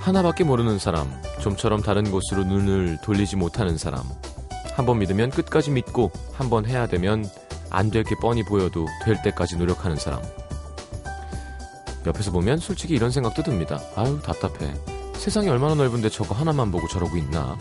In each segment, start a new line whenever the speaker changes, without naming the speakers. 하나밖에 모르는 사람, 좀처럼 다른 곳으로 눈을 돌리지 못하는 사람. 한 번 믿으면 끝까지 믿고, 한 번 해야 되면 안 될 게 뻔히 보여도 될 때까지 노력하는 사람. 옆에서 보면 솔직히 이런 생각도 듭니다. 아유, 답답해. 세상이 얼마나 넓은데 저거 하나만 보고 저러고 있나.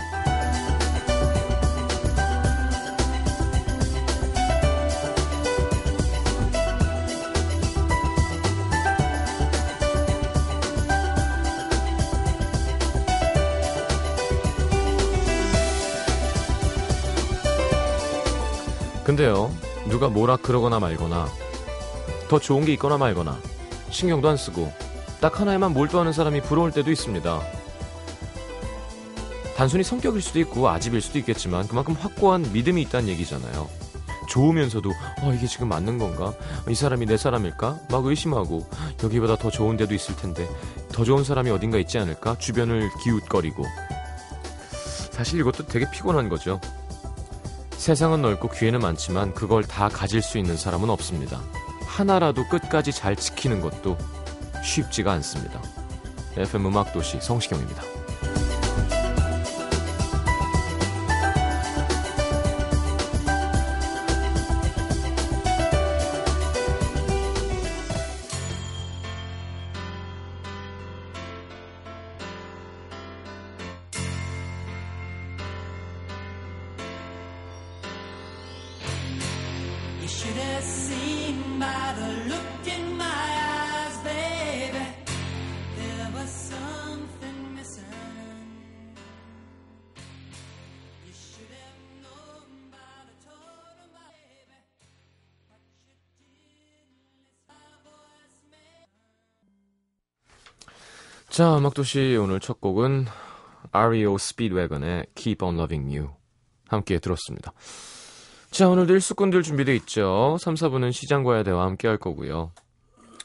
근데요, 누가 뭐라 그러거나 말거나, 더 좋은 게 있거나 말거나, 신경도 안 쓰고, 딱 하나에만 몰두하는 사람이 부러울 때도 있습니다. 단순히 성격일 수도 있고, 아집일 수도 있겠지만, 그만큼 확고한 믿음이 있다는 얘기잖아요. 좋으면서도, 어, 이게 지금 맞는 건가? 이 사람이 내 사람일까? 막 의심하고, 여기보다 더 좋은 데도 있을 텐데, 더 좋은 사람이 어딘가 있지 않을까? 주변을 기웃거리고. 사실 이것도 되게 피곤한 거죠. 세상은 넓고 기회는 많지만 그걸 다 가질 수 있는 사람은 없습니다. 하나라도 끝까지 잘 지키는 것도 쉽지가 않습니다. FM 음악도시 성시경입니다.
You should have seen by the look in my eyes, baby. There was something missing. You should have known by the tone of my baby. But you didn't. It's my voice, man.
자, 음악도시 오늘 첫 곡은 REO 스피드웨건의 Keep on Loving You 함께 들었습니다. 자, 오늘도 일수꾼들 준비돼 있죠. 3, 4분은 시장과의 대화 함께 할 거고요.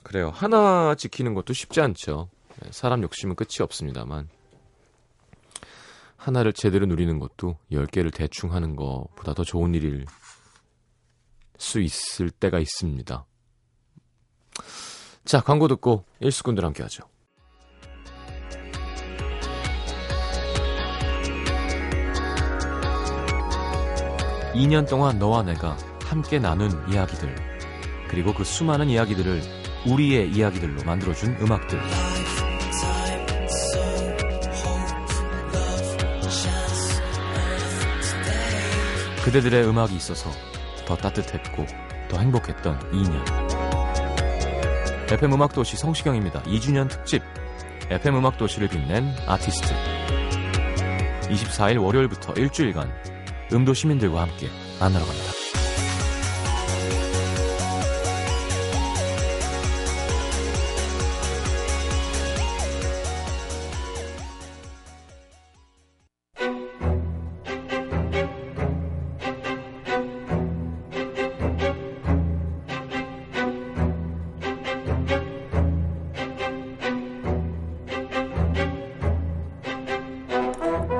그래요. 하나 지키는 것도 쉽지 않죠. 네, 사람 욕심은 끝이 없습니다만 하나를 제대로 누리는 것도 10개를 대충 하는 것보다 더 좋은 일일 수 있을 때가 있습니다. 자, 광고 듣고 일수꾼들 함께 하죠. 이 년 동안 너와 내가 함께 나눈 이야기들 그리고 그 수많은 이야기들을 우리의 이야기들로 만들어준 음악들 그대들의 음악이 있어서 더 따뜻했고 더 행복했던 2년 FM 음악도시 성시경입니다 2주년 특집 FM 음악도시를 빛낸 아티스트 24일 월요일부터 일주일간 음도 시민들과 함께 만나러 갑니다.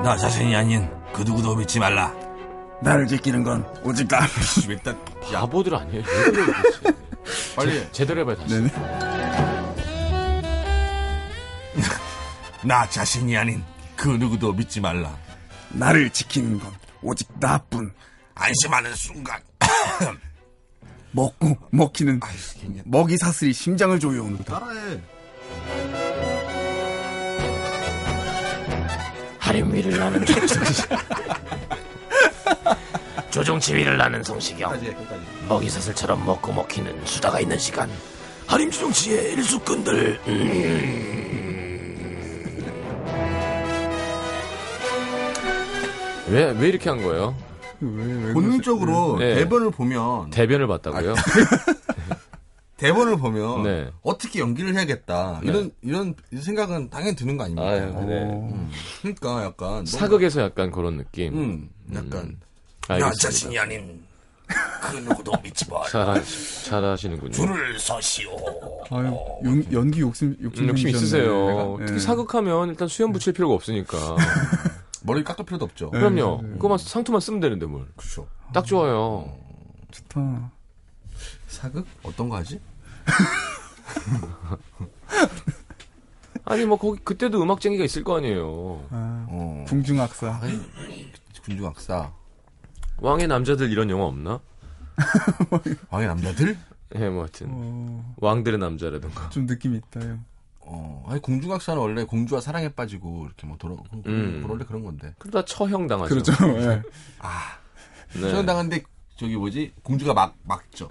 나 자신이 아닌 그 누구도 믿지 말라.
나를 지키는 건 오직 나.
씨, 왜 딱, 야,
바보들 아니에요?
빨리.
제대로 해봐요 다시.
네네.
나 자신이 아닌 그 누구도 믿지 말라.
나를 지키는 건 오직 나뿐.
안심하는 순간.
먹고 먹히는
아이씨, 괜히.
먹이 사슬이 심장을 조여온다.
따라해.
할인 위를 나는 조정식 조종 지위를 나는 성시경 먹이사슬처럼 먹고 먹히는 수다가 있는 시간 할인 조정치의 일수꾼들
왜 왜 이렇게 한 거예요?
아, 본능적으로
네.
대본을 보면,
대변을 봤다고요?
대본을 보면,
네.
어떻게 연기를 해야겠다. 이런, 이런 생각은 당연히 드는 거 아닙니까? 네. 그러니까 약간. 뭔가-
사극에서 약간 그런 느낌. 아,
음, 약간.
나
알겠습니다.
자신이 아닌 그 누구도 믿지 말라
잘하, 잘하시는군요.
줄을 서시오
아유, 용- 연기 욕심 욕심
어, 음, 욕심 있으세요. 특히
예.
사극하면 일단 수염 붙일 필요가 없으니까.
머리 깎을 필요도 없죠.
네. 그럼요. 그거만 상투만 쓰면 되는데 뭘.
그렇죠.
딱 좋아요.
좋다.
사극? 어떤 거 하지?
아니 뭐 거기 그때도 음악쟁이가 있을 거 아니에요.
아,
어.
궁중악사.
예.
아니, 군중악사
왕의 남자들 이런 영화 없나?
왕의 남자들?
예, 뭐 하여튼
어,
왕들의 남자라든가.
좀 느낌 있다요.
어, 아니 공중악사는 원래 공주와 사랑에 빠지고 이렇게 뭐 돌아 그- 그-
음.
원래 그런 건데.
그러다 처형 당하죠.
그렇죠. 예.
아,
네.
저는 당한데 저기 뭐지 공주가 막 막죠.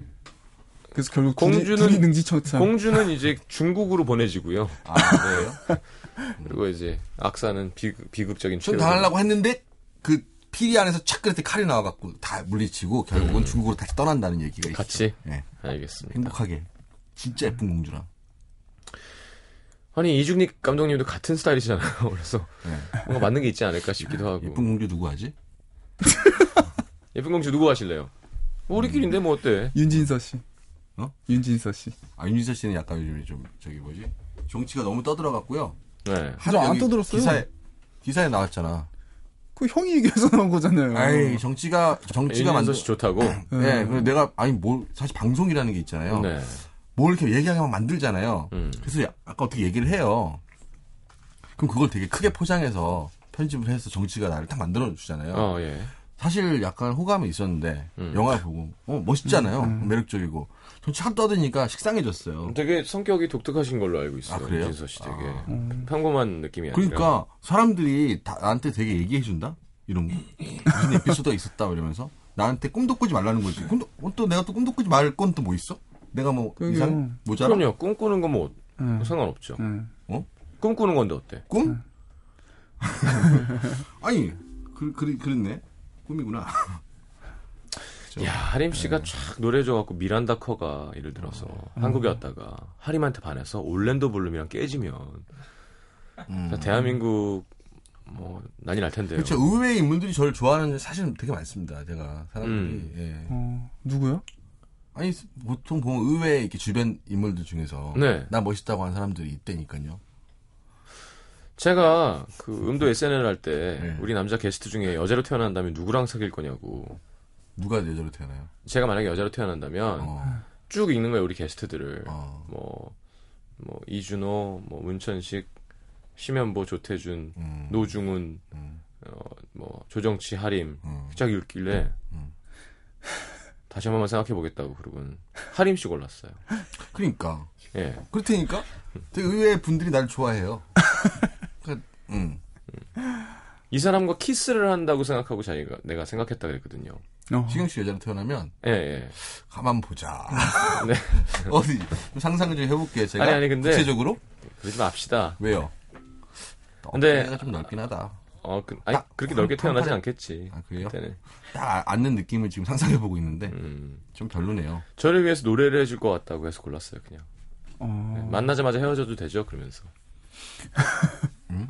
그래서 결국
공주는-
공주는 둘이 능지처참.
공주는 이제 중국으로 보내지고요.
아, 그래요?
그리고 이제 악사는 비, 비극적인
전
최후를-
당하려고 했는데 그 피리 안에서 착 그랬더니 칼이 나와갖고 다 물리치고 결국은 중국으로 다시 떠난다는 얘기가 있죠.
음. 같이
예,
알겠습니다.
행복하게 진짜 예쁜 공주랑.
아니 이중립 감독님도 같은 스타일이시잖아요. 그래서
예.
뭔가 맞는 게 있지 않을까 싶기도 하고.
아, 예쁜 공주 누구 하지?
예쁜 공주 누구 하실래요? 뭐 우리끼리인데 뭐 어때?
윤진서 씨.
어?
윤진서 씨.
아 윤지서 씨는 약간 요즘에 좀 저기 뭐지 정치가 너무 떠들어갔고요.
네.
하도
아, 안
여기
떠들었어요.
기사에 기사에 나왔잖아.
그 형이 얘기해서 나온 거잖아요. 예.
아이 정치가 정치가
윤진서
만든.
씨 좋다고.
예, 네,
음.
그리고 내가 아니 뭘 사실 방송이라는 게 있잖아요.
네.
뭘 이렇게 얘기하면 만들잖아요.
음.
그래서 야- 아까 어떻게 얘기를 해요. 그럼 그걸 되게 크게 포장해서 편집을 해서 정치가 나를 딱 만들어 주잖아요.
어 음. 예.
사실 약간 호감이 있었는데 영화 보고 어 멋있잖아요.
음.
매력적이고 정치 한 떠드니까 식상해졌어요.
되게 성격이 독특하신 걸로 알고 있어요.
아, 그래요? 아.
윤진서 씨 되게 평범한 느낌이 아니라.
그러니까 사람들이 다- 나한테 되게 얘기해 준다 이런 거 무슨 에피소드가 있었다 이러면서 나한테 꿈도 꾸지 말라는 거지. 꿈도 어, 또 내가 또 꿈도 꾸지 말 건 또 뭐 있어? 내가 뭐
그러게요.
이상 모자라? 어?
그럼요. 꿈꾸는 건 뭐
음.
상관없죠.
음.
꿈꾸는 건데 어때?
꿈? 아니 그, 그, 그랬네 꿈이구나. 그렇죠.
야 하림
네.
씨가 촥 노래져갖고 미란다 커가 예를 들어서
음.
한국에 왔다가 하림한테 반해서 올랜도 블룸이랑 깨지면 자, 대한민국 뭐 난리 날 텐데요.
음. 그렇죠. 의외의 인물들이 저를 좋아하는 사실은 되게 많습니다. 제가 사람들이
음.
예.
어, 누구요?
아니 보통 보면 의외의 이렇게 주변 인물들 중에서
네.
나 멋있다고 하는 사람들이 있다니까요.
제가 그 음도 SNL 할 때
네.
우리 남자 게스트 중에 여자로 태어난다면 누구랑 사귈 거냐고.
누가 여자로 태어나요?
제가 만약에 여자로 태어난다면
어.
쭉 읽는 거예요 우리 게스트들을.
어.
뭐, 뭐 이준호, 뭐 문천식, 심현보, 조태준,
음.
노중훈,
음.
어, 뭐 조정치, 하림
음.
쫙 읽길래
음.
다시 한 번만 생각해 보겠다고 그러고는 하림 씨 골랐어요.
그러니까
예,
그렇다니까 되게 의외의 분들이 날 좋아해요. 그러니까 음.
이 사람과 키스를 한다고 생각하고 자기가 내가 생각했다 그랬거든요.
어.
지경 씨 여자로 태어나면
예, 예.
가만 보자.
네.
어디 좀 상상을 좀 해볼게요. 제가
아니, 아니, 근데-
구체적으로
그러지 맙시다.
왜요?
근데-
내가 좀 넓긴 하다.
어, 그, 아니
딱
그렇게
한-
넓게
한
태어나진
판에-
않겠지.
아 그래요?
그때는.
딱 아, 앉는 느낌을 지금 상상해 보고 있는데
음,
좀 별로네요.
저를 위해서 노래를 해줄 것 같다고 해서 골랐어요, 그냥.
어.
음.
네, 만나자마자 헤어져도 되죠, 그러면서.
음?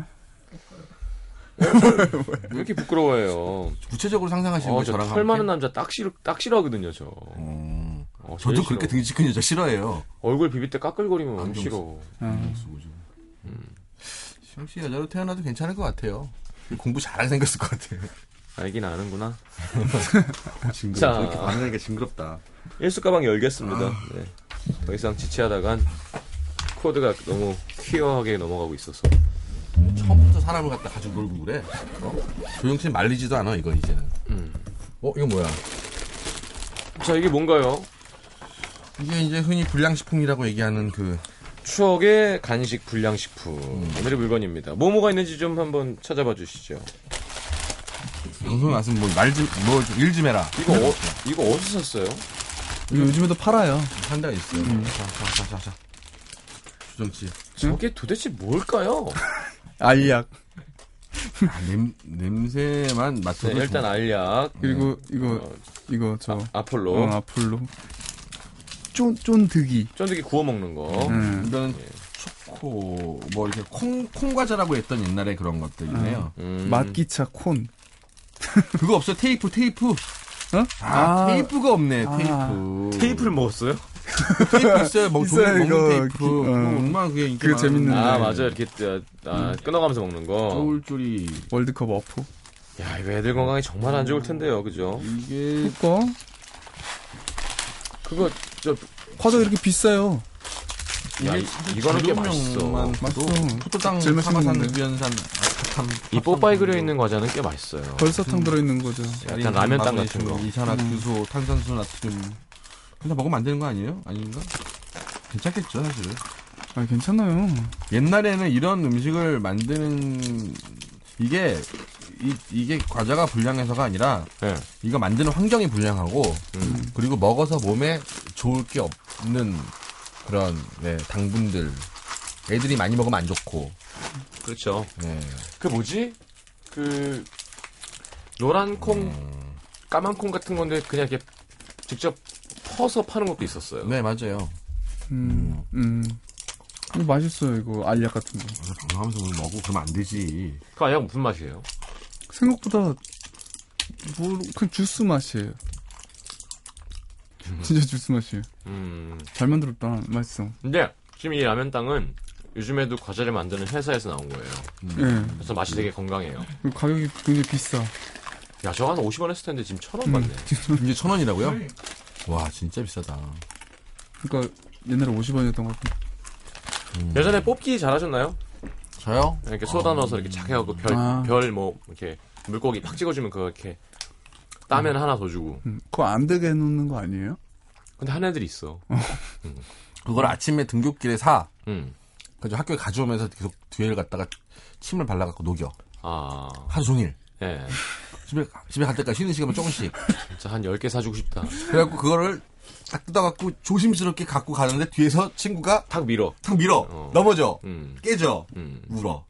왜 이렇게 부끄러워해요?
구체적으로 상상하시는
어,
거 저랑
저털 많은
함께?
남자 딱 싫어 딱 싫어하거든요, 저.
음,
어, 제일
저도 그렇게
싫어.
등치 큰 여자 싫어해요.
얼굴 비빌 때 까끌거리면 너무
안경
싫어.
어.
시영 음. 씨 여자로 태어나도 괜찮을 것 같아요. 공부 잘하게 생겼을 것 같아요.
알긴 아는구나.
징그럽다.
자.
이렇게 반응하니까 그러니까 징그럽다.
일수 가방 열겠습니다. 네. 더 이상 지체하다간 코드가 너무 퀴어하게 넘어가고 있어서.
처음부터 사람을 갖다 가지고 놀고 그래. 어? 조용치 말리지도 않아 이건 이제는. 어 이거 뭐야?
자, 이게 뭔가요?
이게 이제 흔히 불량식품이라고 얘기하는 그
추억의 간식 불량식품. 오늘의 물건입니다. 뭐뭐가 있는지 좀 한번 찾아봐 주시죠.
방송에 왔으면 뭐말좀뭐일 좀 해라.
이거 어, 이거 어디서 샀어요?
이거 요즘에도 팔아요.
한 대가 있어요. 음, 자자자자. 조정치.
저게 도대체 뭘까요?
알약.
아, 냄, 냄새만
네,
맡아도
일단
좀-
알약,
그리고 이거
어,
이거 저
아폴로,
어, 아폴로. 쫀 쫀득이.
쫀득이 구워 먹는 거.
음.
이거는
네.
초코 뭐 이렇게 콩 콩과자라고 했던 옛날에 그런 것들이네요.
음.
맛기차 콘.
그거 없어 테이프 테이프.
어?
아,
아.
테이프가 없네
아.
테이프.
테이프를 먹었어요?
테이프 있어요. 먹
있어요,
종이
이거.
먹는 테이프.
어.
그거 얼마나 그게 인기 많았는데.
그거 재밌는데.
아 맞아 이렇게 아, 아, 끊어가면서 먹는 거.
쪼울쪼리
월드컵 어프.
야 이거 애들 건강에 정말 안 좋을 텐데요, 그죠?
이게
그거
그거 저
과자 이렇게 비싸요.
야, 이- 이거는 꽤 맛있어.
맛있어.
맛있어.
포도당
제일
사과산
맛있는데.
유연산 아삭함.
이 뽀빠이 그려 있는 과자는 꽤 맛있어요.
벌사탕 들어있는 거죠.
약간 라면 땅 같은 거.
네,
음.
이산화탄소, 탄산수, 나트륨. 그냥 먹으면 안 되는 거 아니에요? 아닌가? 괜찮겠죠 사실은.
아 괜찮아요.
옛날에는 이런 음식을 만드는 이게 이, 이게 과자가 불량해서가 아니라
예.
이거 만드는 환경이 불량하고
음.
그리고 먹어서 몸에 좋을 게 없는 그런 네, 당분들 애들이 많이 먹으면 안 좋고
그렇죠.
네.
그 뭐지? 그 노란 콩, 까만 콩 같은 건데 그냥 이렇게 직접 퍼서 파는 것도 있었어요.
네, 맞아요
음, 음. 근데 맛있어요 이거 알약 같은 거.
방송하면서 뭘 먹고 그러면 안 되지
그 아약 무슨 맛이에요?
생각보다 뭐 그냥 주스 맛이에요. 진짜 주스 맛이에요.
음.
잘 만들었다. 맛있어.
근데 지금 이 라면 땅은 요즘에도 과자를 만드는 회사에서 나온 거예요.
예.
그래서 맛이 되게 건강해요.
그리고 가격이 굉장히 비싸.
야, 저거 한 50원 했을 텐데 지금 1000원 받네.
이게 천 원이라고요? 와 진짜 비싸다
그러니까 옛날에 50원이었던 것 같아.
예전에 뽑기 잘하셨나요?
저요?
이렇게 소다 넣어서 이렇게 착 해갖고 별,
아.
별 뭐, 이렇게 물고기 팍 찍어주면 그거 이렇게 따면 하나 더 주고.
음. 그거 안 되게 해놓는 거 아니에요?
근데 한 애들이 있어.
그걸 아침에 등굣길에 사
음.
그래서 학교에 가져오면서 계속 뒤에를 갖다가 침을 발라갖고 녹여
아,
하루 종일
예.
집에 가- 집에 갈 때까지 쉬는 시간만 조금씩
진짜 한 10개 사주고 싶다.
그래갖고 그거를 딱 뜯어갖고 조심스럽게 갖고 가는데 뒤에서 친구가
탁 밀어.
탁 밀어 넘어져
음,
깨져
음.
울어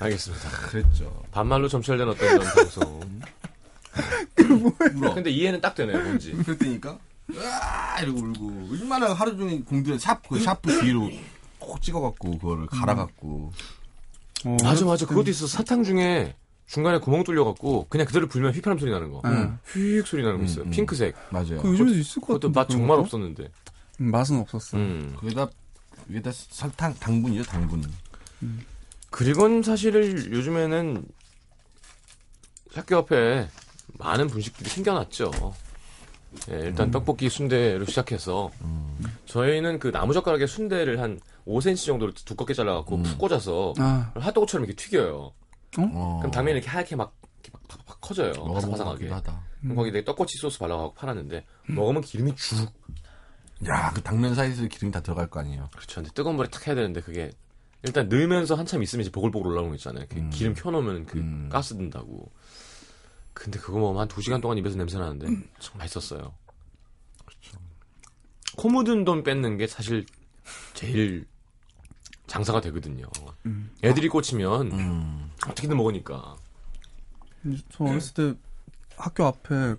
알겠습니다.
그랬죠
반말로 점철된 어떤 이런 방송.
울어
근데 이해는 딱 되네요, 뭔지.
어? 그랬더니까 으아 이러고 울고 얼마나 하루 종일 공들여 샤프 샤프 뒤로 콕 찍어갖고 그거를 갈아갖고
어,
맞아, 맞아. 그것도 있어. 사탕 중에 중간에 구멍 뚫려갖고 그냥 그대로 불면 휘파람 소리 나는 거.
응.
휙 소리 나는 거 있어요.
음, 음.
핑크색.
맞아요
그 요즘에도 있을 것 같은데.
그것도 맛
그런
정말
것도?
없었는데.
음, 맛은 없었어.
음.
거기다 위에다 설탕 당분이죠 당분
그리고는 사실을 요즘에는 학교 앞에 많은 분식들이 생겨났죠. 예, 일단 떡볶이 순대로 시작해서 저희는 그 나무젓가락에 순대를 한 5cm 정도로 두껍게 잘라갖고 푹 꽂아서
아,
핫도그처럼 이렇게 튀겨요.
어.
그럼 당면이 이렇게 하얗게 막, 이렇게 막, 팍, 팍 커져요.
먹어보고
바삭바삭하게.
먹기도 하다
그럼 거기에 떡꼬치 소스 발라갖고 팔았는데 먹으면 기름이 쭉.
야그 당면 사이에서 기름이 다 들어갈 거 아니에요
그렇죠. 근데 뜨거운 물에 탁 해야 되는데 그게 일단 넣으면서 한참 있으면 이제 보글보글 올라오는 거 있잖아요. 그
음.
기름 켜놓으면 그
음.
가스 든다고. 근데 그거 먹으면 한 두 시간 동안 입에서 냄새 나는데
음.
참 맛있었어요.
그렇죠.
코 묻은 돈 뺏는 게 사실 제일 장사가 되거든요. 애들이 꽂히면
음.
어떻게든 먹으니까.
저 어렸을 때 학교 앞에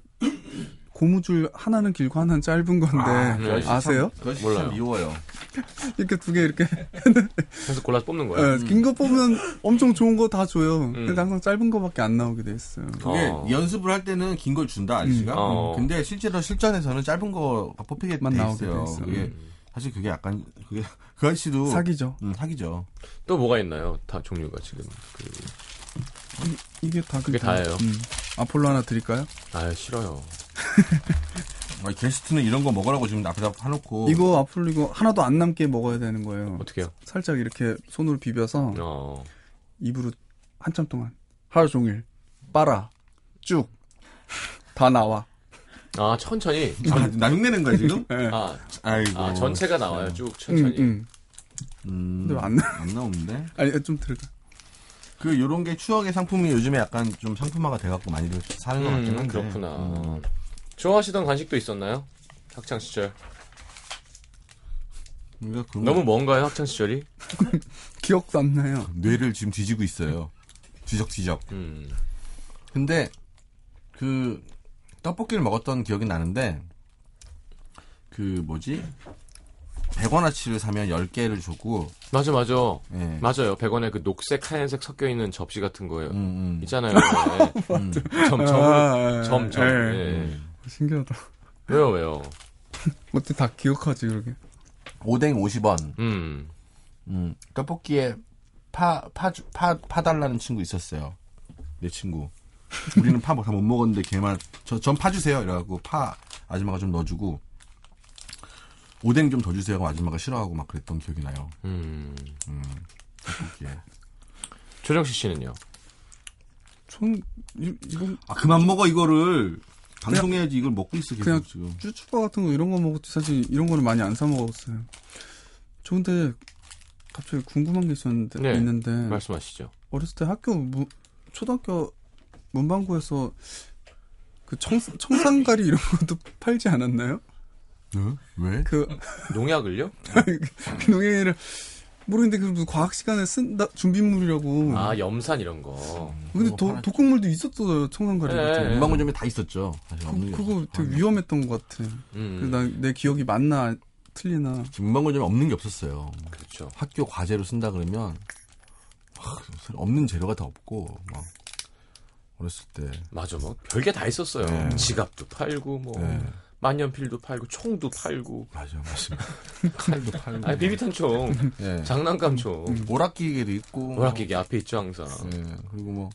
고무줄 하나는 길고 하나는 짧은 건데
네.
아, 세요
그것이
몰라요.
참 미워요
이렇게 두 개 이렇게
그래서 골라서 뽑는 거예요.
네,
긴 거 보면 엄청 좋은 거 다 줘요.
음.
근데 항상 짧은 거밖에 안 나오게 돼 있어요.
그게
어.
연습을 할 때는 긴 걸 준다 아저씨가
음. 어.
근데 실제로 실전에서는 짧은 거가 뽑히게 돼
만 나오게
있어요 음.
돼 있어요.
그게
음.
사실 그게 약간 그게 그 아저씨도
사기죠.
음, 사기죠
또 뭐가 있나요? 다 종류가 지금. 그...
이, 게다
그게 다예요.
음. 아폴로 하나 드릴까요?
아 싫어요.
아, 게스트는 이런 거 먹으라고 지금 앞에다
어.
파놓고
이거 아폴로 이거 하나도 안 남게 먹어야 되는 거예요.
어떻게요?
살짝 이렇게 손으로 비벼서
어.
입으로 한참 동안 하루 종일 빨아 쭉 다 나와.
아 천천히.
아, 나 흉내낸 거야 지금?
예.
아
아이고
아, 전체가 나와요. 쭉
응,
천천히.
응.
음,
근데 안 나.
안 나오는데
아니 좀 들어가.
그 요런 게 추억의 상품이 요즘에 약간 좀 상품화가 돼갖고 많이들 사는 것 같긴
음,
한데
그렇구나.
음.
좋아하시던 간식도 있었나요? 학창 시절.
그러니까 그런
너무
거-
먼가요? 학창 시절이?
기억도 안 나요.
뇌를 지금 뒤지고 있어요 뒤적뒤적
음.
근데 그 떡볶이를 먹었던 기억이 나는데 그 뭐지 100원어치를 사면 10개를 주고
맞아 맞아.
예.
맞아요. 100원에 그 녹색 하얀색 섞여 있는 접시 같은 거예요.
음, 음.
있잖아요. 네. 점 점으로
아, 예.
점 점.
예.
네.
예.
신기하다.
왜요 왜요?
어떻게 다 기억하지 그렇게?
오뎅 50원
음.
음, 떡볶이에 파, 파, 주- 파, 파 달라는 친구 있었어요. 내 친구. 우리는 파뭐 다 못 먹었는데 걔만, 저, 전 파주세요. 이래갖고 파 아줌마가 좀 넣어주고. 오뎅 좀 더 주세요. 하고 아줌마가 싫어하고 막 그랬던 기억이 나요.
음.
예.
조정식 씨는요?
전 이- 이건
아 그만 먹어 이거를 방송해야지 이걸 먹고 있어 계속
그냥-
지금.
쭈쭈바 같은 거 이런 거 먹었지 사실 이런 거는 많이 안 사 먹었어요. 저 근데 갑자기 궁금한 게 있었는데
네.
있는데
말씀하시죠.
어렸을 때 학교 무, 초등학교 문방구에서 그 청, 청산가리 이런 것도 팔지 않았나요?
응? 왜?
그
농약을요?
그 농약을 모르겠는데 그 무슨 과학 시간에 쓴다 준비물이라고.
아, 염산 이런 거.
근데
그거
도,
팔았- 네.
독극물도 있었어요 청산가리
예,
같은. 거.
예.
문방구점에 다 있었죠. 사실 없는 게
그, 그거
없었죠.
되게 위험했던 것 같아.
음.
그래서 난내 기억이 맞나 틀리나.
문방구점에 없는 게 없었어요.
그렇죠.
학교 과제로 쓴다 그러면 막 없는 재료가 다 없고 막 어렸을 때
맞아. 뭐 별게 다 있었어요.
네.
지갑도 팔고 뭐
네.
만년필도 팔고 총도 팔고
맞아 맞습니다. 칼도 팔고
아, 비비탄 총,
예.
장난감 총.
오락기계도 있고
네. 오락기계 앞에 있죠, 항상.
예. 그리고 뭐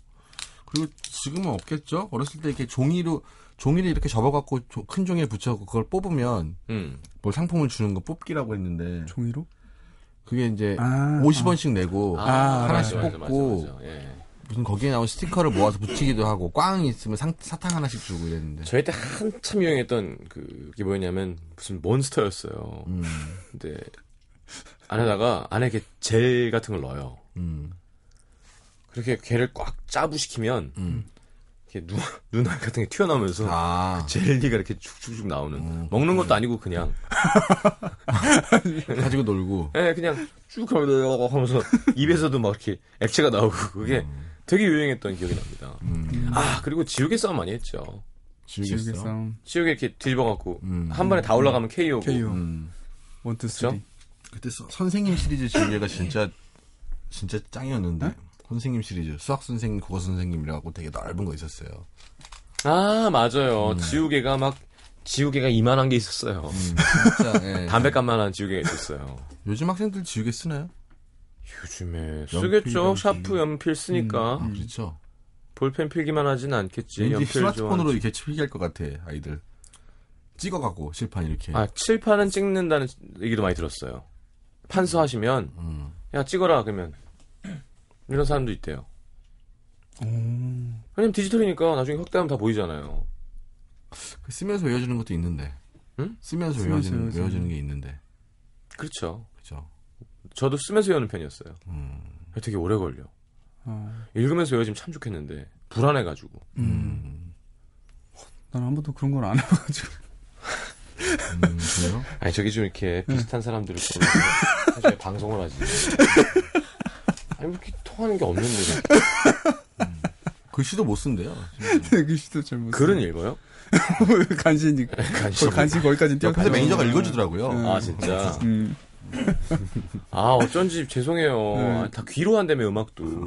그리고 지금은 없겠죠. 어렸을 때 이렇게 종이로 종이를 이렇게 접어갖고 조- 큰 종이에 붙여갖고 그걸 뽑으면
음.
뭘 상품을 주는 거 뽑기라고 했는데
종이로?
그게 이제
아,
50원씩 내고
아,
하나씩
맞아, 맞아,
뽑고. 네.
맞아, 맞아. 예.
무슨 거기에 나온 스티커를 모아서 붙이기도 하고 꽝 있으면 상- 사탕 하나씩 주고 이랬는데
저희 때 한참 유행했던 그게 뭐였냐면 무슨 몬스터였어요.
음,
근데 안에다가 안에 이렇게 젤 같은 걸 넣어요.
음,
그렇게 걔를 꽉 짜부시키면
음.
이렇게 눈, 눈알 같은 게 튀어나오면서
아
젤리가 이렇게 쭉쭉쭉 나오는
음,
먹는 것도 아니고 그냥
가지고 놀고
예 그냥 쭉 하면서 하면서 입에서도 막 이렇게 액체가 나오고 그게 되게 유행했던 기억이 납니다.
음.
아 그리고 지우개 싸움 많이 했죠.
지우개
즐겼어.
싸움.
지우개 이렇게 뒤집어갖고
음.
한 번에 다 올라가면 KO고
KO.
음.
원투
그쵸?
쓰리.
그때 서- 선생님 시리즈 지우개가 진짜 진짜 짱이었는데 선생님 시리즈 수학 선생님 국어 선생님이라고 되게 넓은 거 있었어요.
아 맞아요.
음. 네.
지우개가 막 지우개가 이만한 게 있었어요.
진짜, 예.
담배값만한 지우개가 있었어요.
요즘 학생들 지우개 쓰나요?
요즘에
연필,
쓰겠죠.
연필.
샤프 연필 쓰니까
아, 그렇죠.
볼펜 필기만 하진 않겠지.
왠지
어? 연필
스마트폰으로
좋아하는-
이렇게 필기할 것 같아 아이들. 찍어갖고 실판 이렇게.
아 칠판은 찍는다는 얘기도 많이 들었어요. 판서 하시면
음.
야 찍어라 그러면 이런 사람도 있대요. 왜냐면 디지털이니까 나중에 확대하면 다 보이잖아요.
그 쓰면서 외워지는 것도 있는데.
응?
쓰면서,
쓰면서
외워지는
외워지는.
외워지는 게 있는데.
그렇죠.
그렇죠.
저도 쓰면서 여는 편이었어요.
음.
되게 오래 걸려.
아,
읽으면서 여지면 참 좋겠는데 불안해가지고.
음. 어, 난 한 번도 그런 걸 안 해가지고.
음, 그래요?
아니 저기 좀 이렇게 비슷한 사람들을 보면 나중에 방송을 하지. 아니 뭐 이렇게 통하는 게 없는데
글씨도 못 쓴대요.
그 시도 잘못.
글은 읽어요?
간신히.
간식.
거의 간신히 거기까지 뛰어.
옆에서 매니저가 읽어주더라고요.
아 진짜.
음.
아 어쩐지 죄송해요. 아, 다 귀로 한다며 음악도.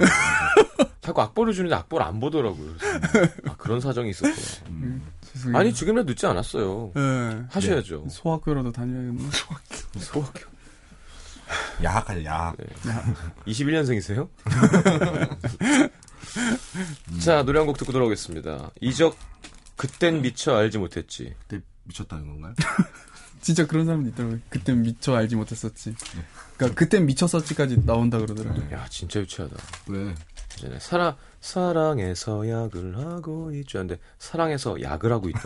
자꾸 악보를 주는데 악보를 안 보더라고요. 그래서 아 그런 사정이 있었구나.
음.
음.
죄송해요.
아니 지금이라도 늦지 않았어요.
네.
예.
하셔야죠.
소학교라도 다녀야겠네.
소학교.
야학할 야학.
네.
야,
21년생이세요? 자 노래 한 곡 듣고 돌아오겠습니다. 이적 그땐 미처 알지 못했지.
그때 미쳤다는 건가요?
진짜 그런 사람도 있더라고요. 그땐 미처 알지 못했었지. 그러니까 그땐 미쳤었지까지 나온다 그러더라고요.
야 진짜 유치하다.
왜?
전에 사랑 사랑해서 약을 하고 있죠. 근데 사랑해서 약을 하고 있다.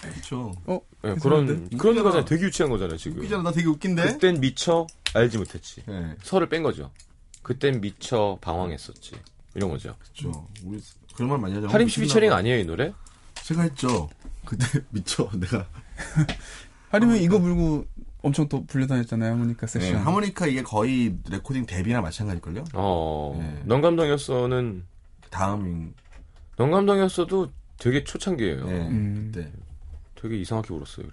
그렇죠.
어?
예,
괜찮은데?
그런 그런
웃기잖아.
거잖아요. 되게 유치한 거잖아요. 지금.
웃기잖아. 네? 나 되게 웃긴데.
그땐 미처 알지 못했지.
네,
설을 뺀 거죠. 그땐 미처 방황했었지. 이런 거죠.
그렇죠. 우리 그런 말 많이 하잖아.
하림 씨 피처링 아니에요 이 노래?
제가 했죠. 그때 미쳐 내가
하리면 이거 물고 엄청 또 불려다녔잖아요. 하모니카
네,
섹션.
하모니카 이게 거의 레코딩 데뷔나 마찬가지일걸요.
어.
네.
넌 감독이었어는
다음인
넌 감독이었어도 되게 초창기예요.
네,
음.
그때
되게 이상하게 울었어요.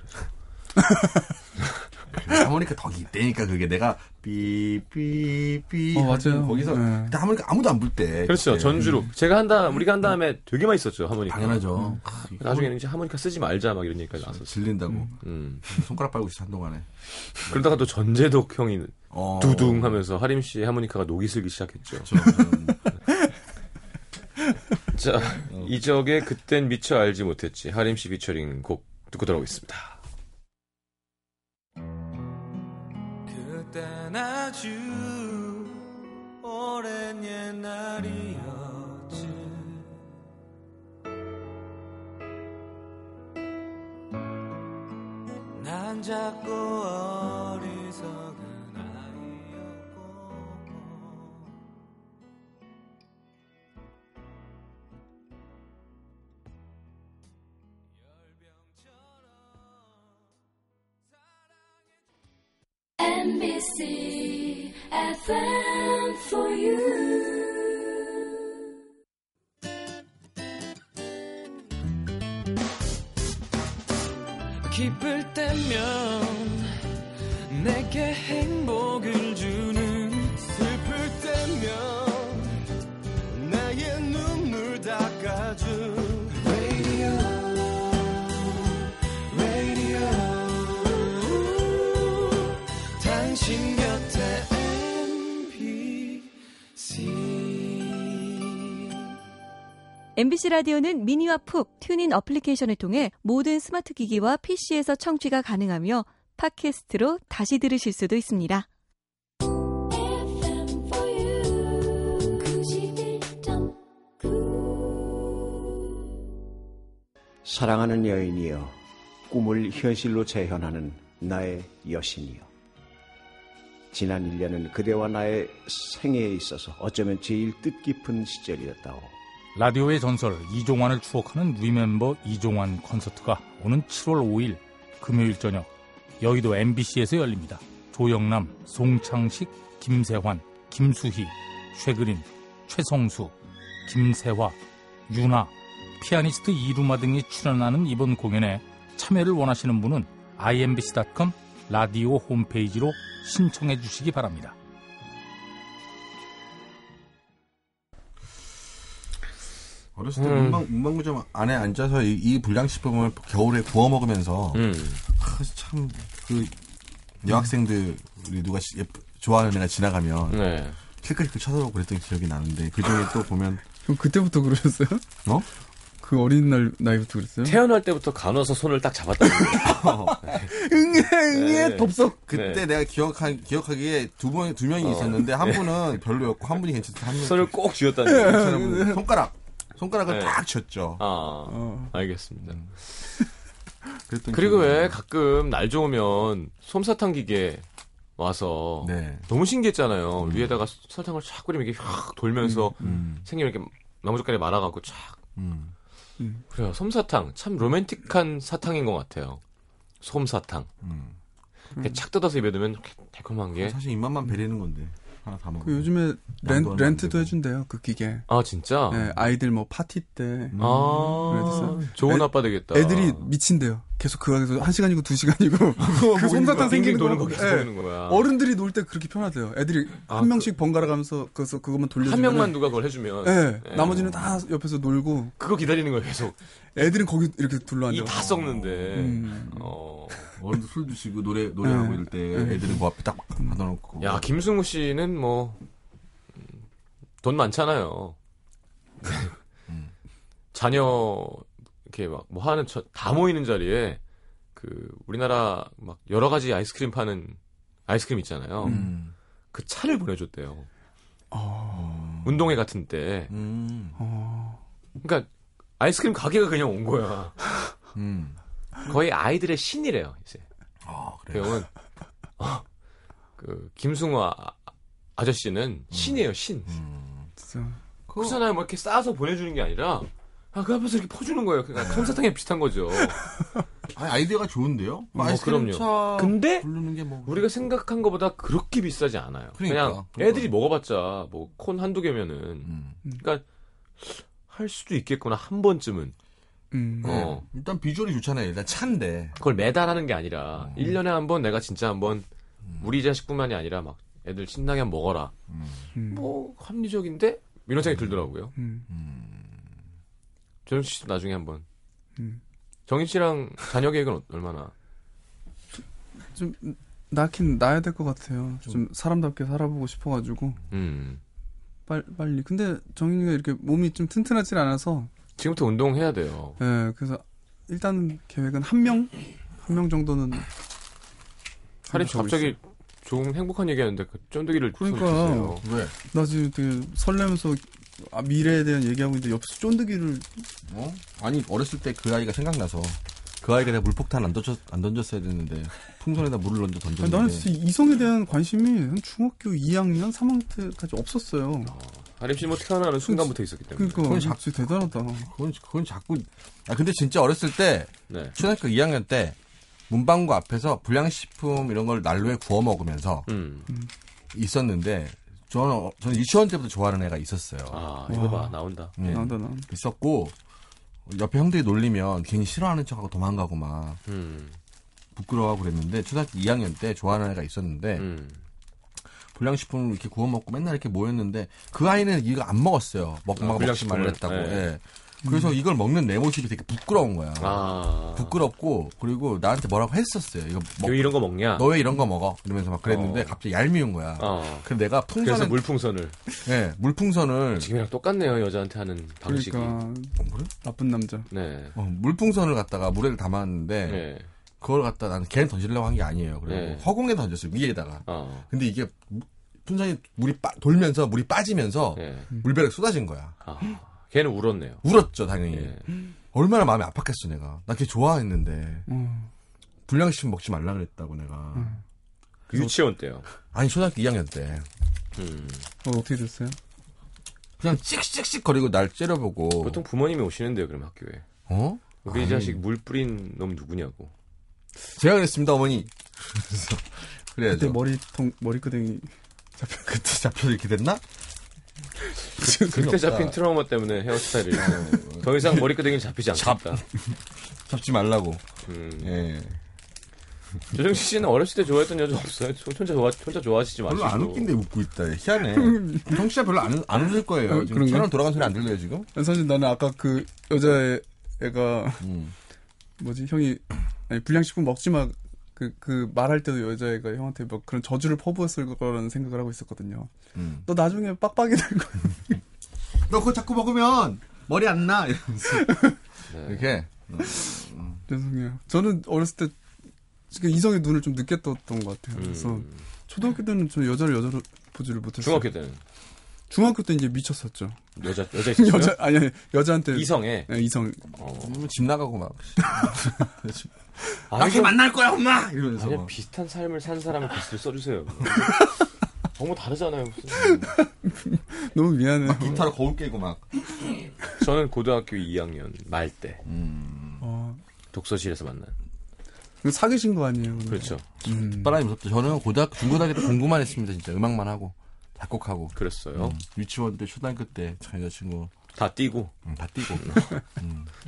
그래서
하모니카 더 기대니까 그게 내가 삐삐삐
어, 맞아요.
거기서
네.
그때 하모니카 아무도 안 불 때
그렇죠.
그때.
전주로 제가 한다 우리가 한 다음에 되게 많이 있었죠 그렇죠, 하모니카.
당연하죠. 아, 이거
음. 나중에는 이제 하모니카 쓰지 말자 막 이런 얘기까지 나왔었어.
질린다고
음.
손가락 빨고 있어 한동안에
그러다가 또 전재덕 형이
어, 그렇죠.
두둥 하면서 하림 씨의 하모니카가 녹이 슬기 시작했죠.
저, 저,
자, 이적의 그땐 미처 알지 못했지. 하림 씨 피처링 곡 듣고 돌아오겠습니다.
그땐 아주 오랜 옛날이었지 난 작고 어리석은 아이였고 열병처럼 사랑해
MBC FM for you.
기쁠 때면 내게 행복을 주는 슬플 때면 나의 눈물 닦아준 Radio Radio 당신 곁에 MBC
MBC 라디오는 미니와 푹 튜닝 어플리케이션을 통해 모든 스마트 기기와 PC에서 청취가 가능하며 팟캐스트로 다시 들으실 수도 있습니다.
FM for you.
사랑하는 여인이여, 꿈을 현실로 재현하는 나의 여신이여. 지난 1년은 그대와 나의 생애에 있어서 어쩌면 제일 뜻깊은 시절이었다오.
라디오의 전설 이종환을 추억하는 리멤버 이종환 콘서트가 오는 7월 5일 금요일 저녁 여의도 MBC에서 열립니다. 조영남, 송창식, 김세환, 김수희, 최그린, 최성수, 김세화, 윤아, 피아니스트 이루마 등이 출연하는 이번 공연에 참여를 원하시는 분은 imbc.com 라디오 홈페이지로 신청해 주시기 바랍니다.
어렸을 때 문방, 문방구점 안에 앉아서 이, 이 불량식품을 겨울에 구워 먹으면서
음.
참 그 여학생들이 누가 시- 예쁘- 좋아하는 애가 지나가면
네.
킬크리크 쳐다보고 그랬던 기억이 나는데 그 중에 또 보면
그럼 그때부터 그러셨어요?
어?
그 어린 날 나이부터 그랬어요?
태어날 때부터 간호사 손을 딱 잡았다는 거예요.
응애 응애
네.
덥석.
그때
네.
내가 기억한 기억하기에 두명두 명이 있었는데 한 분은 별로였고 한 분이 괜찮다 한 명.
손을 꼭 쥐었다는 거예요.
사람은 손가락 손가락을
네.
딱 쳤죠.
어.
아, 알겠습니다.
그랬던
그리고
기억이
왜
나요.
가끔 날 좋으면 솜사탕 기계 와서
네.
너무 신기했잖아요.
음.
위에다가 설탕을 촥 뿌리면 이게 확 돌면서
음.
생기면 이렇게 나무젓가락에 말아갖고 촥.
음.
그래요. 솜사탕. 참 로맨틱한 사탕인 것 같아요. 솜사탕.
음.
이렇게 착 뜯어서 입에 넣으면 이렇게 달콤한 게.
사실 입맛만 배리는 건데 하나 다 먹어.
그 요즘에
양도
렌,
안 만들고.
렌트도 해준대요 그 기계.
아, 음. 진짜?
네, 아이들 뭐 파티 때
아,
그래서
좋은
애-
아빠 되겠다. 뭐
애들이 그 미친대요. 계속 그 안에서 한 시간이고 두 시간이고 그 솜사탕 생기는
도는
거.
거
보고,
계속
예.
보는 거야.
어른들이 놀 때 그렇게 편하대요. 애들이
아,
한 명씩 번갈아 가면서 그래서 그것만 돌려주면
한 명만 누가 그걸 해주면.
예.
예.
나머지는 다 옆에서 놀고
그거 기다리는 거예요, 계속.
애들은 거기 이렇게 둘러 앉아.
이 다 썩는데.
음.
어.
어른도 술 드시고 노래 노래하고 이럴 때 애들은 뭐 앞에 딱 받아놓고.
야, 김승우 씨는 뭐, 음, 돈 많잖아요. 자녀, 이렇게 막, 뭐 하는, 저- 다 모이는 자리에, 그, 우리나라, 막, 여러 가지 아이스크림 파는, 아이스크림 있잖아요.
음.
그 차를 보내줬대요. 운동회 같은 때.
음.
어,
그러니까, 아이스크림 가게가 그냥 온 거야.
음.
거의 아이들의 신이래요, 이제.
아
그
그래.
형은, 어, 그, 김승우 아- 아저씨는 신이에요, 신.
진짜.
그잖아요. 뭐 이렇게 싸서 보내주는 게 아니라 아, 그 앞에서 이렇게 퍼주는 거예요.
네.
그러니까 솜사탕에 비슷한
뭐
거죠. 음,
아니, 아이디어가 좋은데요?
뭐,
아이스크림
그럼요.
차
근데
부르는 게 뭐.
우리가 생각한 것보다 그렇게 비싸지 않아요. 그
그러니까,
냥
그러니까.
애들이 먹어봤자 뭐 콘 한두 개면은
음.
그러니까 할 수도 있겠구나 한 번쯤은
음.
어.
일단 비주얼이 좋잖아요. 일단 차인데.
그걸 매달 하는 게
어.
아니라 일년에 한 번 내가 진짜 한번
음.
우리 자식뿐만이 아니라 막 애들 신나게 한번 먹어라.
음.
뭐 합리적인데? 이런 생각이 들더라고요.
음.
정인 씨도 나중에 한번
음.
정인 씨랑 자녀 계획은 어- 얼마나?
좀 낳긴 낳아야 될 것 같아요. 좀 사람답게 살아보고 싶어가지고
음.
빨 빨리. 근데 정인이가 이렇게 몸이 좀 튼튼하진 않아서
지금부터 운동해야 돼요.
예, 그래서 일단 계획은 한 명? 한 명 정도는
하림
생각하고
갑자기 좋은 행복한 얘기하는데 그 쫀득이를
그러니까.
주세요.
왜?
나 지금 되게 설레면서 아, 미래에 대한 얘기하고 있는데 옆에서 쫀득이를
어? 아니 어렸을 때 그 아이가 생각나서 그 아이가 내가 물폭탄 안 던졌 안 던졌어야 됐는데 풍선에다 물을 얹어
아니, 나는
던졌는데
진짜 이성에 대한 관심이 한 중학교 2학년 3학년 때까지 없었어요.
아림 네. 씨는 뭐 태어나는 순간부터 있었기 때문에.
그러니까
그건
진짜 대단하다.
그건 그건 자꾸 아 근데 진짜 어렸을 때
네.
초등학교 2학년 때 문방구 앞에서 불량식품 이런 걸 난로에 구워 먹으면서
음.
있었는데 저는 어, 저는 유치원 때부터 좋아하는 애가 있었어요.
아 이거 봐 나온다.
예.
나다 나.
있었고 옆에 형들이 놀리면 괜히 싫어하는 척하고 도망가고 막
음.
부끄러워하고 그랬는데 초등학교 2학년 때 좋아하는 애가
네.
있었는데
음.
불량식품을 이렇게 구워 먹고 맨날 이렇게 모였는데 그 아이는 이거 안 먹었어요. 먹고
아,
막 먹지
불량식품을.
말랬다고.
네.
예. 그래서 이걸 먹는 내 모습이 되게 부끄러운 거야.
아.
부끄럽고 그리고 나한테 뭐라고 했었어요. 이거 먹,
너 이런 거 먹냐?
너 왜 이런 거 먹어? 이러면서 막 그랬는데
어.
갑자기 얄미운 거야.
어.
그래서 내가
그래서
풍선을
물풍선을
예, 물풍선을
지금이랑 어, 똑같네요 여자한테 하는 방식이.
그러니까
그래?
나쁜 남자.
네.
어, 물풍선을 갖다가 물에 담았는데
네.
그걸 갖다 나는 걔를 던지려고 한 게 아니에요. 그래서
네.
허공에 던졌어요 위에다가.
어.
근데 이게 무- 풍선이 물이 빠- 돌면서 물이 빠지면서
네.
물벼락 쏟아진 거야.
아. 걔는 울었네요.
울었죠 당연히.
예.
얼마나 마음이 아팠겠어 내가. 나 걔 좋아했는데
어.
불량식품 먹지 말라 그랬다고 내가.
그 유치원 때요.
아니 초등학교 2학년 때
음.
어, 어떻게 됐어요?
그냥 찍찍찍 거리고 날 째려보고.
어.
보통 부모님이 오시는데요 그럼 학교에.
어?
우리
아니.
자식 물 뿌린 놈 누구냐고.
제가 그랬습니다 어머니. 그래서
그때
그래야죠.
뭐- 머리통 머리끄댕이
잡혀 그때 잡혀 이렇게 됐나?
그때 잡힌 트라우마 때문에 헤어스타일이 더 이상 머리끄댕이 음. 잡히지 않겠다.
잡지 말라고.
음.
예.
조정식 씨는 어렸을 때 좋아했던 여자 없어요? 혼자 좋아 혼자 좋아하시지 마시고.
별로 안 웃긴데 웃고 있다. 희한해. 형씨야 별로 안, 안 웃을 거예요.
어,
지금
그런가?
채널 돌아간 소리 안 들려요 지금?
아니, 사실 나는 아까 그 여자애 애가
음.
뭐지 형이 아니, 불량식품 먹지 마. 그, 그, 말할 때도 여자애가 형한테 막 그런 저주를 퍼부었을 거라는 생각을 하고 있었거든요.
음.
너 나중에 빡빡이 될 거야.
너 그거 자꾸 먹으면 머리 안 나. 이러면서. 네. 이렇게.
죄송해요. 저는 어렸을 때, 지금 이성의 눈을 좀 늦게 떴던 것 같아요. 그래서,
음.
초등학교 때는 저 여자를 여자로 보지를 못했어요.
중학교 때는
중학교 때 이제 미쳤었죠.
여자 여자 있었어요?
여자 아니 아니, 여자한테
이성에.
네, 이성
음, 집 나가고 막.
아,
나걔
이성-
만날 거야 엄마. 이러면서.
아니야
막.
비슷한 삶을 산 사람의 글씨를 써주세요. 너무 다르잖아요. 무슨.
너무 미안해.
막 기타로 거울 깨고 막.
저는 고등학교 2학년 말 때
어,
독서실에서 만난.
그럼 사귀신 거 아니에요? 근데?
그렇죠.
음.
바람이 무섭죠. 저는 고등학교 중고등학교 때 공부만 했습니다. 진짜 음악만 하고 작곡하고.
그랬어요.
유치원 때 초등학교 때참 여자친구
다 뛰고
음, 다 뛰고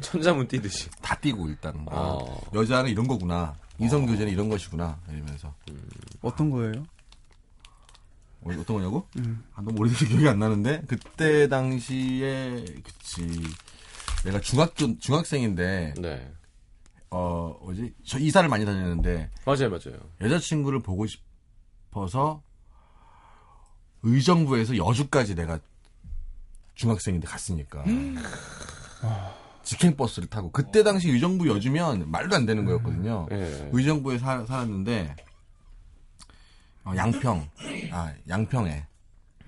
천자문 뛰듯이.
다 뛰고 일단
아.
아, 여자는 이런 거구나 이성 교제는 이런 것이구나 이러면서
어떤 거예요?
어, 어떤 거냐고? 아, 너무 오래돼서 기억이 안 나는데 그때 당시에 그치 내가 중학교 중학생인데
네.
어 뭐지 저 이사를 많이 다녔는데
맞아요, 맞아요.
여자친구를 보고 싶어서 의정부에서 여주까지 내가 중학생인데 갔으니까 직행 버스를 타고 그때 당시 의정부 여주면 말도 안 되는 거였거든요.
예.
네. 의정부에 사, 살았는데 어, 양평 아 양평에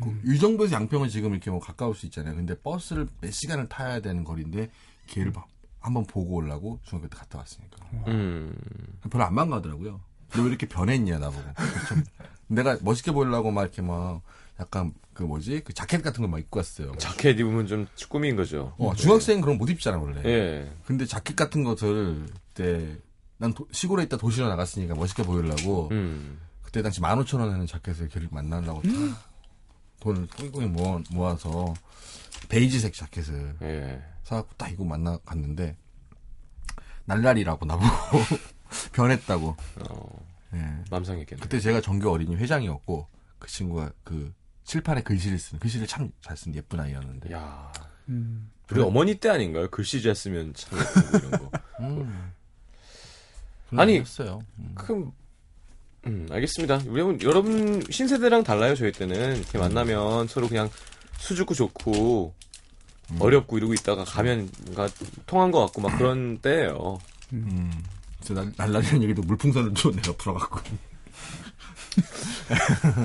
그
음.
의정부에서 양평은 지금 이렇게 뭐 가까울 수 있잖아요. 근데 버스를 몇 시간을 타야 되는 거리인데 걔를 봐- 한번 보고 오려고 중학교 때 갔다 왔으니까
음.
별로 안 반가더라고요. 너 왜 이렇게 변했냐 나보고. 좀 내가 멋있게 보이려고 막 이렇게 막 약간 그 뭐지 그 자켓 같은 걸 막 입고 왔어요.
자켓 입으면 좀 꾸미인 거죠.
어 중학생 그런 거못 입잖아 원래.
예.
근데 자켓 같은 것들 그때 난 도- 시골에 있다 도시로 나갔으니까 멋있게 보이려고
음.
그때 당시 15,000원 하는 자켓을 걔를 만나려고 다 돈을 꽁꽁 모아, 모아서 베이지색 자켓을
예.
사갖고 딱 이거 만나 갔는데 날라리라고 나보고 변했다고
어,
예.
맘상했겠네.
그때 제가 전교 어린이 회장이었고 그 친구가 그 칠판에 글씨를 쓰는 글씨를 참 잘 쓴 예쁜 아이였는데
야
음.
우리 어머니 때 아닌가요? 글씨 잘 쓰면 참 예쁘고 이런 거.
음.
아니.
했어요.
그럼 음, 알겠습니다. 여러분 여러분 신세대랑 달라요. 저희 때는
음.
이렇게 만나면 서로 그냥 수줍고 좋고
음.
어렵고 이러고 있다가 가면 뭔가 통한 것 같고 막 그런 때예요.
음. 그래서 날- 날라리는 얘기도 물풍선을 좀 내가 풀어갖고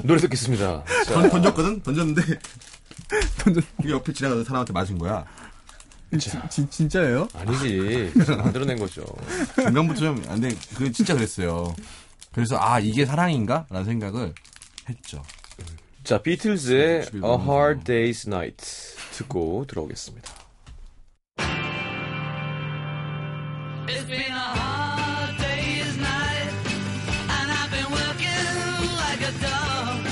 노래 듣겠습니다.
던, 던졌거든? 던졌는데. 던졌 이게 옆에 지나가던 사람한테 맞은 거야.
진- 진- 진짜예요?
아니지. 만들어낸 거죠.
중간부터 좀, 안 돼. 그 진짜 그랬어요. 그래서, 아, 이게 사랑인가? 라는 생각을 했죠.
자, 비틀즈의 A
즐거운
Hard
음.
Day's Night 듣고 들어오겠습니다.
It's been a hard day's night, and I've been working like a dog.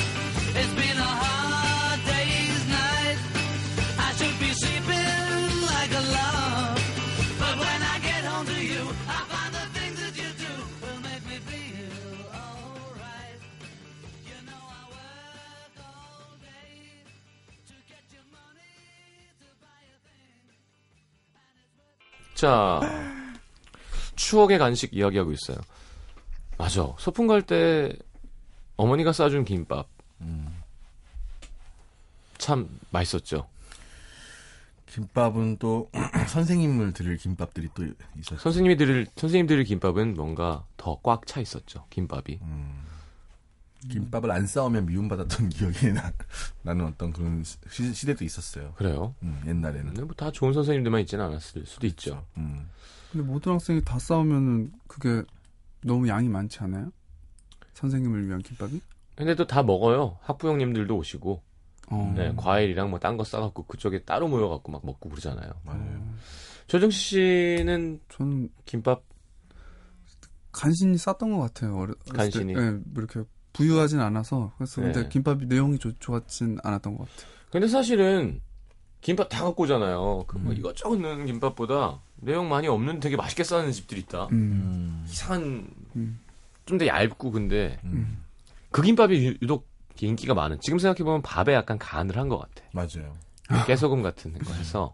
It's been a hard day's night. I should be sleeping like a log. But when I get home to you, I find the things that you do will make me feel alright. You know I work all day to get your money to buy a thing.
자, 추억의 간식 이야기하고 있어요. 맞아. 소풍 갈 때 어머니가 싸준 김밥. 참 맛있었죠.
김밥은 또, 선생님을 드릴 김밥들이 또 있었죠.
선생님이 드릴 선생님 드릴 김밥은 뭔가 더 꽉 차 있었죠. 김밥이.
음. 김밥을 안 싸우면 미움받았던 기억이 나, 나는 어떤 그런 시, 시대도 있었어요.
그래요.
음, 옛날에는.
근데 뭐다 좋은 선생님들만 있지는 않았을 수도 있죠.
음.
근데 모든 학생이 다 싸우면은 그게 너무 양이 많지 않아요? 선생님을 위한 김밥이?
근데 또 다 먹어요. 학부형님들도 오시고
어.
네, 과일이랑 뭐 딴 거 싸갖고 그쪽에 따로 모여갖고 막 먹고 그러잖아요.
맞아요.
조정식 씨는
저는
김밥
간신히 쌌던 것 같아요. 어렸- 어렸을
간신히.
때. 네, 뭐 이렇게 부유하진 않아서 그래서
네.
근데 김밥이 내용이 좋, 좋았진 않았던 것 같아요.
근데 사실은 김밥 다 갖고 오잖아요. 그뭐
음.
이것저것 넣는 김밥보다 내용 많이 없는 되게 맛있게 싸는 집들이 있다.
음.
음.
이상한
음.
좀 더 얇고 근데
음.
그 김밥이 유- 유독 인기가 많은. 지금 생각해 보면 밥에 약간 간을 한 것 같아.
맞아요.
깨소금 같은 거 해서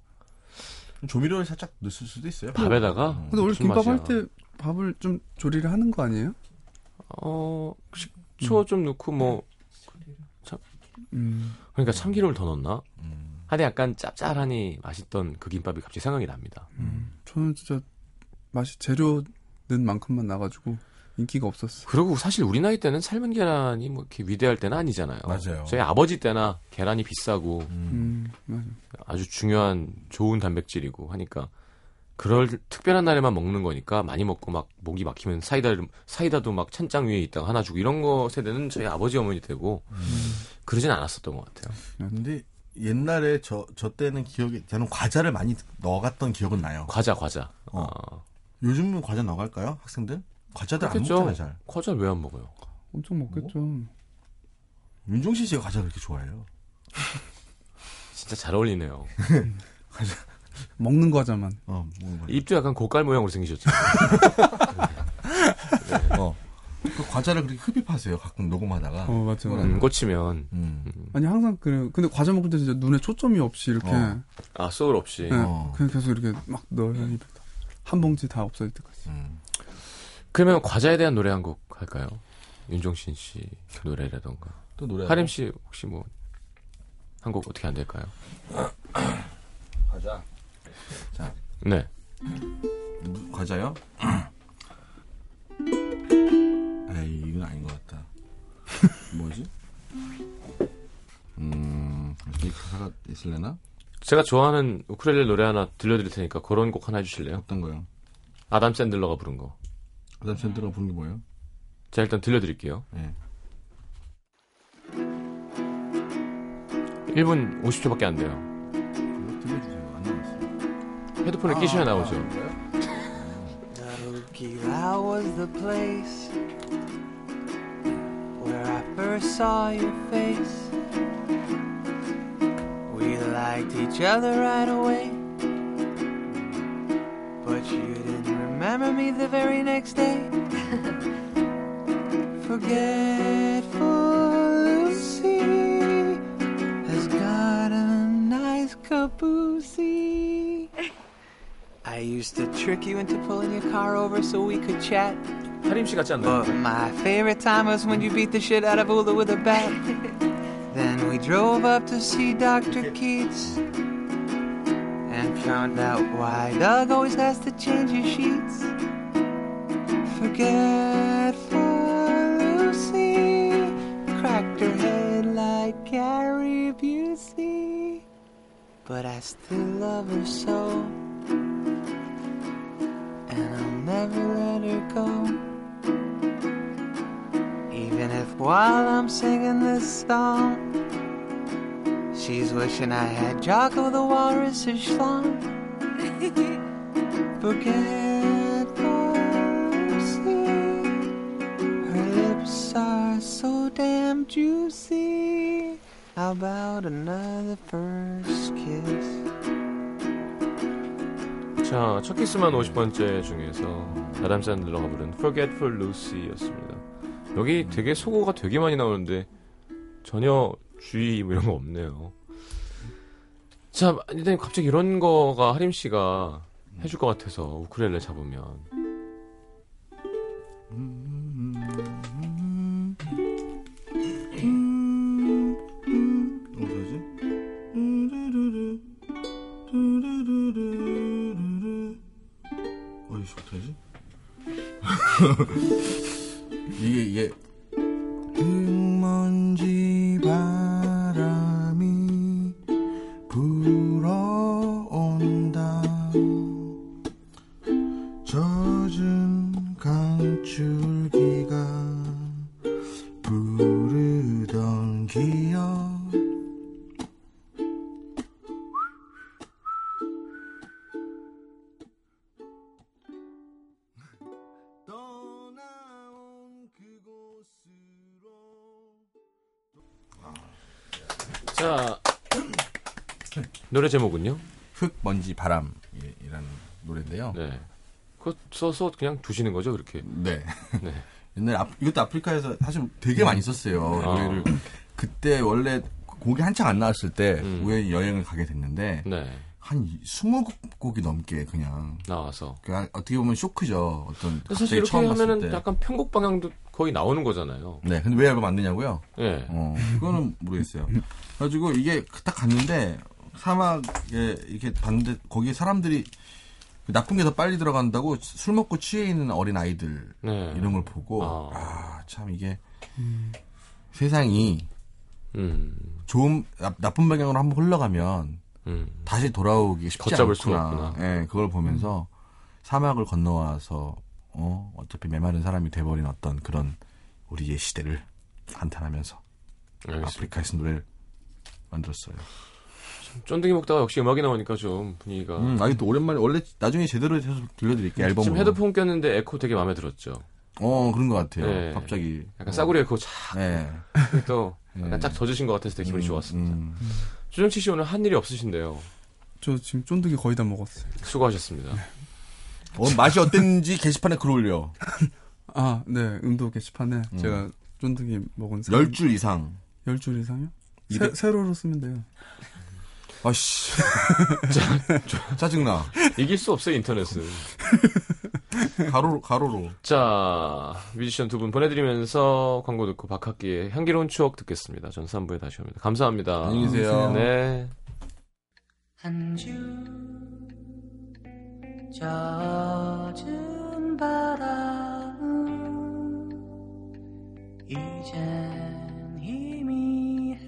조미료를 살짝 넣을 수도 있어요.
밥에다가
음.
근데 원래
무슨
김밥
맛이야?
할 때 밥을 좀 조리를 하는 거 아니에요?
어 식초 좀 넣고 뭐
음.
그러니까 참기름을 더 넣었나?
음.
하여튼 약간 짭짤하니 맛있던 그 김밥이 갑자기 생각이 납니다.
저는 진짜 맛이 재료 넣은 만큼만 나가지고 인기가 없었어요.
그리고 사실 우리 나이 때는 삶은 계란이 뭐 이렇게 위대할 때는 아니잖아요.
맞아요.
저희 아버지 때나 계란이 비싸고
음, 맞아.
아주 중요한 좋은 단백질이고 하니까 그럴 특별한 날에만 먹는 거니까 많이 먹고 막 목이 막히면 사이다 사이다도 막 찬장 위에 있다가 하나 주고 이런 거 세대는 저희 아버지 어머니 되고 그러진 않았었던 것 같아요.
근데 옛날에 저, 저 때는 기억이, 저는 과자를 많이 넣어갔던 기억은 나요.
과자 과자.
어.
아,
요즘은 과자 넣어갈까요? 학생들? 과자들 안
그렇겠죠.
먹잖아요, 잘.
과자 왜 안 먹어요?
엄청 먹겠죠.
뭐?
윤종신 씨가 과자 그렇게 좋아해요.
진짜 잘 어울리네요.
음.
먹는 과자만.
어, 먹는 거.
입도 약간 고깔 모양으로 생기셨죠.
어. 그 과자를 그렇게 흡입하세요, 가끔 녹음하다가.
어, 맞아.
음, 꽂히면
음.
아니 항상 그래요. 근데 과자 먹을 때 진짜 눈에 초점이 없이 이렇게
어.
아 소울 없이.
네,
어.
그냥 계속 이렇게 막 넣어요 입에다. 한 봉지 다 없어질 때까지.
음.
그러면 과자에 대한 노래 한 곡 할까요? 윤종신 씨그 노래라던가.
또 노래.
하림 씨 혹시 뭐 한 곡 어떻게 안 될까요?
과자. 자,
네.
누- 과자요? 에이, 이건 아닌 것 같다. 뭐지? 음, 이 가사가 있을래나?
제가 좋아하는 우크렐레 노래 하나 들려드릴 테니까 그런 곡 하나 해주실래요?
어떤 거요?
아담 샌들러가 부른 거.
아담 샌드가 부른 게 뭐예요?
자 일단 들려드릴게요.
예.
1분 50초밖에 안 돼요.
들려주세요. 안 나왔어요.
헤드폰을 끼셔야 나오죠.
Okila was the place where I first saw your face. We liked each other right away, but you didn't remember me the very next day. Forgetful Lucy has got a nice caboosey. I used to trick you into pulling your car over so we could chat.
하림 씨 같지 않나요?
But my favorite time was when you beat the shit out of Ula with a bat. then we drove up to see Dr. Keats and found out why Doug always has to change his sheets. Forgetful Lucy cracked her but I still love her so. And I'll never let her go. Even if while I'm singing this song, she's wishing I had Jocko the Walrus's schlong. Forget Lucy. Her lips are so damn juicy. How about another first kiss?
자, 첫 키스만 50번째 중에서 다람 샌들러가 부른 Forgetful Lucy였습니다. 여기 되게 소고가 되게 많이 나오는데 전혀 주의 뭐 이런 거 없네요. 자, 근데 갑자기 이런 거가 하림 씨가 해줄 것 같아서 우쿨렐레 잡으면
어디지? 두루루루, 두루루루루루. 어디서 어떡하지? 이게 이게 먼지 바람이 불어온다 젖은 강줄기가 부르던 기억 떠나온 그곳으로
자 노래 제목은요?
흙먼지 바람이라는 노래인데요.
네. 그거 써서 그냥 두시는 거죠, 그렇게.
네.
네.
옛날 아, 이것도 아프리카에서 사실 되게 많이 썼어요.
아.
노래를 그때 원래 곡이 한창 안 나왔을 때
음.
우연히 여행을 가게 됐는데
네.
한 20곡이 넘게 그냥
나와서.
그 어떻게 보면 쇼크죠. 어떤
근데 사실
갑자기
이렇게
처음 봤을
하면은
때.
약간 편곡 방향도 거의 나오는 거잖아요.
네, 근데 왜 앨범 안 내냐고요?
예.
어, 그거는 모르겠어요. 그래가지고 이게 딱 갔는데 사막에 이렇게 봤는데 거기 사람들이 그 나쁜 게 더 빨리 들어간다고 술 먹고 취해 있는 어린 아이들
네.
음, 이런 걸 보고
아.
아 참 이게 세상이
음.
좋은 나, 나쁜 방향으로 한번 흘러가면
음.
다시 돌아오기 쉽지
걷잡을
않구나.
수가 없구나.
예, 그걸 보면서 사막을 건너와서 어 어차피 메마른 사람이 돼버린 어떤 그런 우리의 시대를 한탄하면서
알겠습니다.
아프리카에서 노래를 만들었어요.
쫀득이 먹다가 역시 음악이 나오니까 좀 분위기가.
음, 아니 또 오랜만에 원래 나중에 제대로 해서 들려드릴게요. 앨범으로.
지금 헤드폰 꼈는데 에코 되게 마음에 들었죠.
어 그런 것 같아요.
네.
갑자기
약간 싸구리 에코 착,
네.
또,
음.
약간 쫙 젖으신 것 같아서 되게 기분이 좋았습니다. 조정치 씨 오늘 한 일이 없으신데요.
저 지금 쫀득이 거의 다 먹었어요.
수고하셨습니다.
어, 맛이 어땠는지 게시판에 글 올려.
아, 네. 음도 게시판에 제가 쫀득이 먹은 사진
열 줄 이상.
열줄 이상요?
이백-
세, 로로 쓰면 돼요.
아씨. 짜증나.
이길 수 없어요, 인터넷은.
가로로 가로로.
자, 뮤지션 두 분 보내드리면서 광고 듣고 박학기의 향기로운 추억 듣겠습니다. 전 3부에 다시 옵니다. 감사합니다.
안녕히 계세요.
네.
한줄 젖은 바람은 이젠 희미하지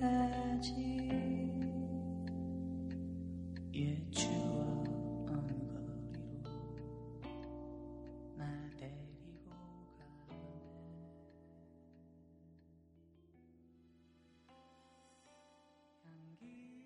옛 추억 언거리로 나 데리고 가 향기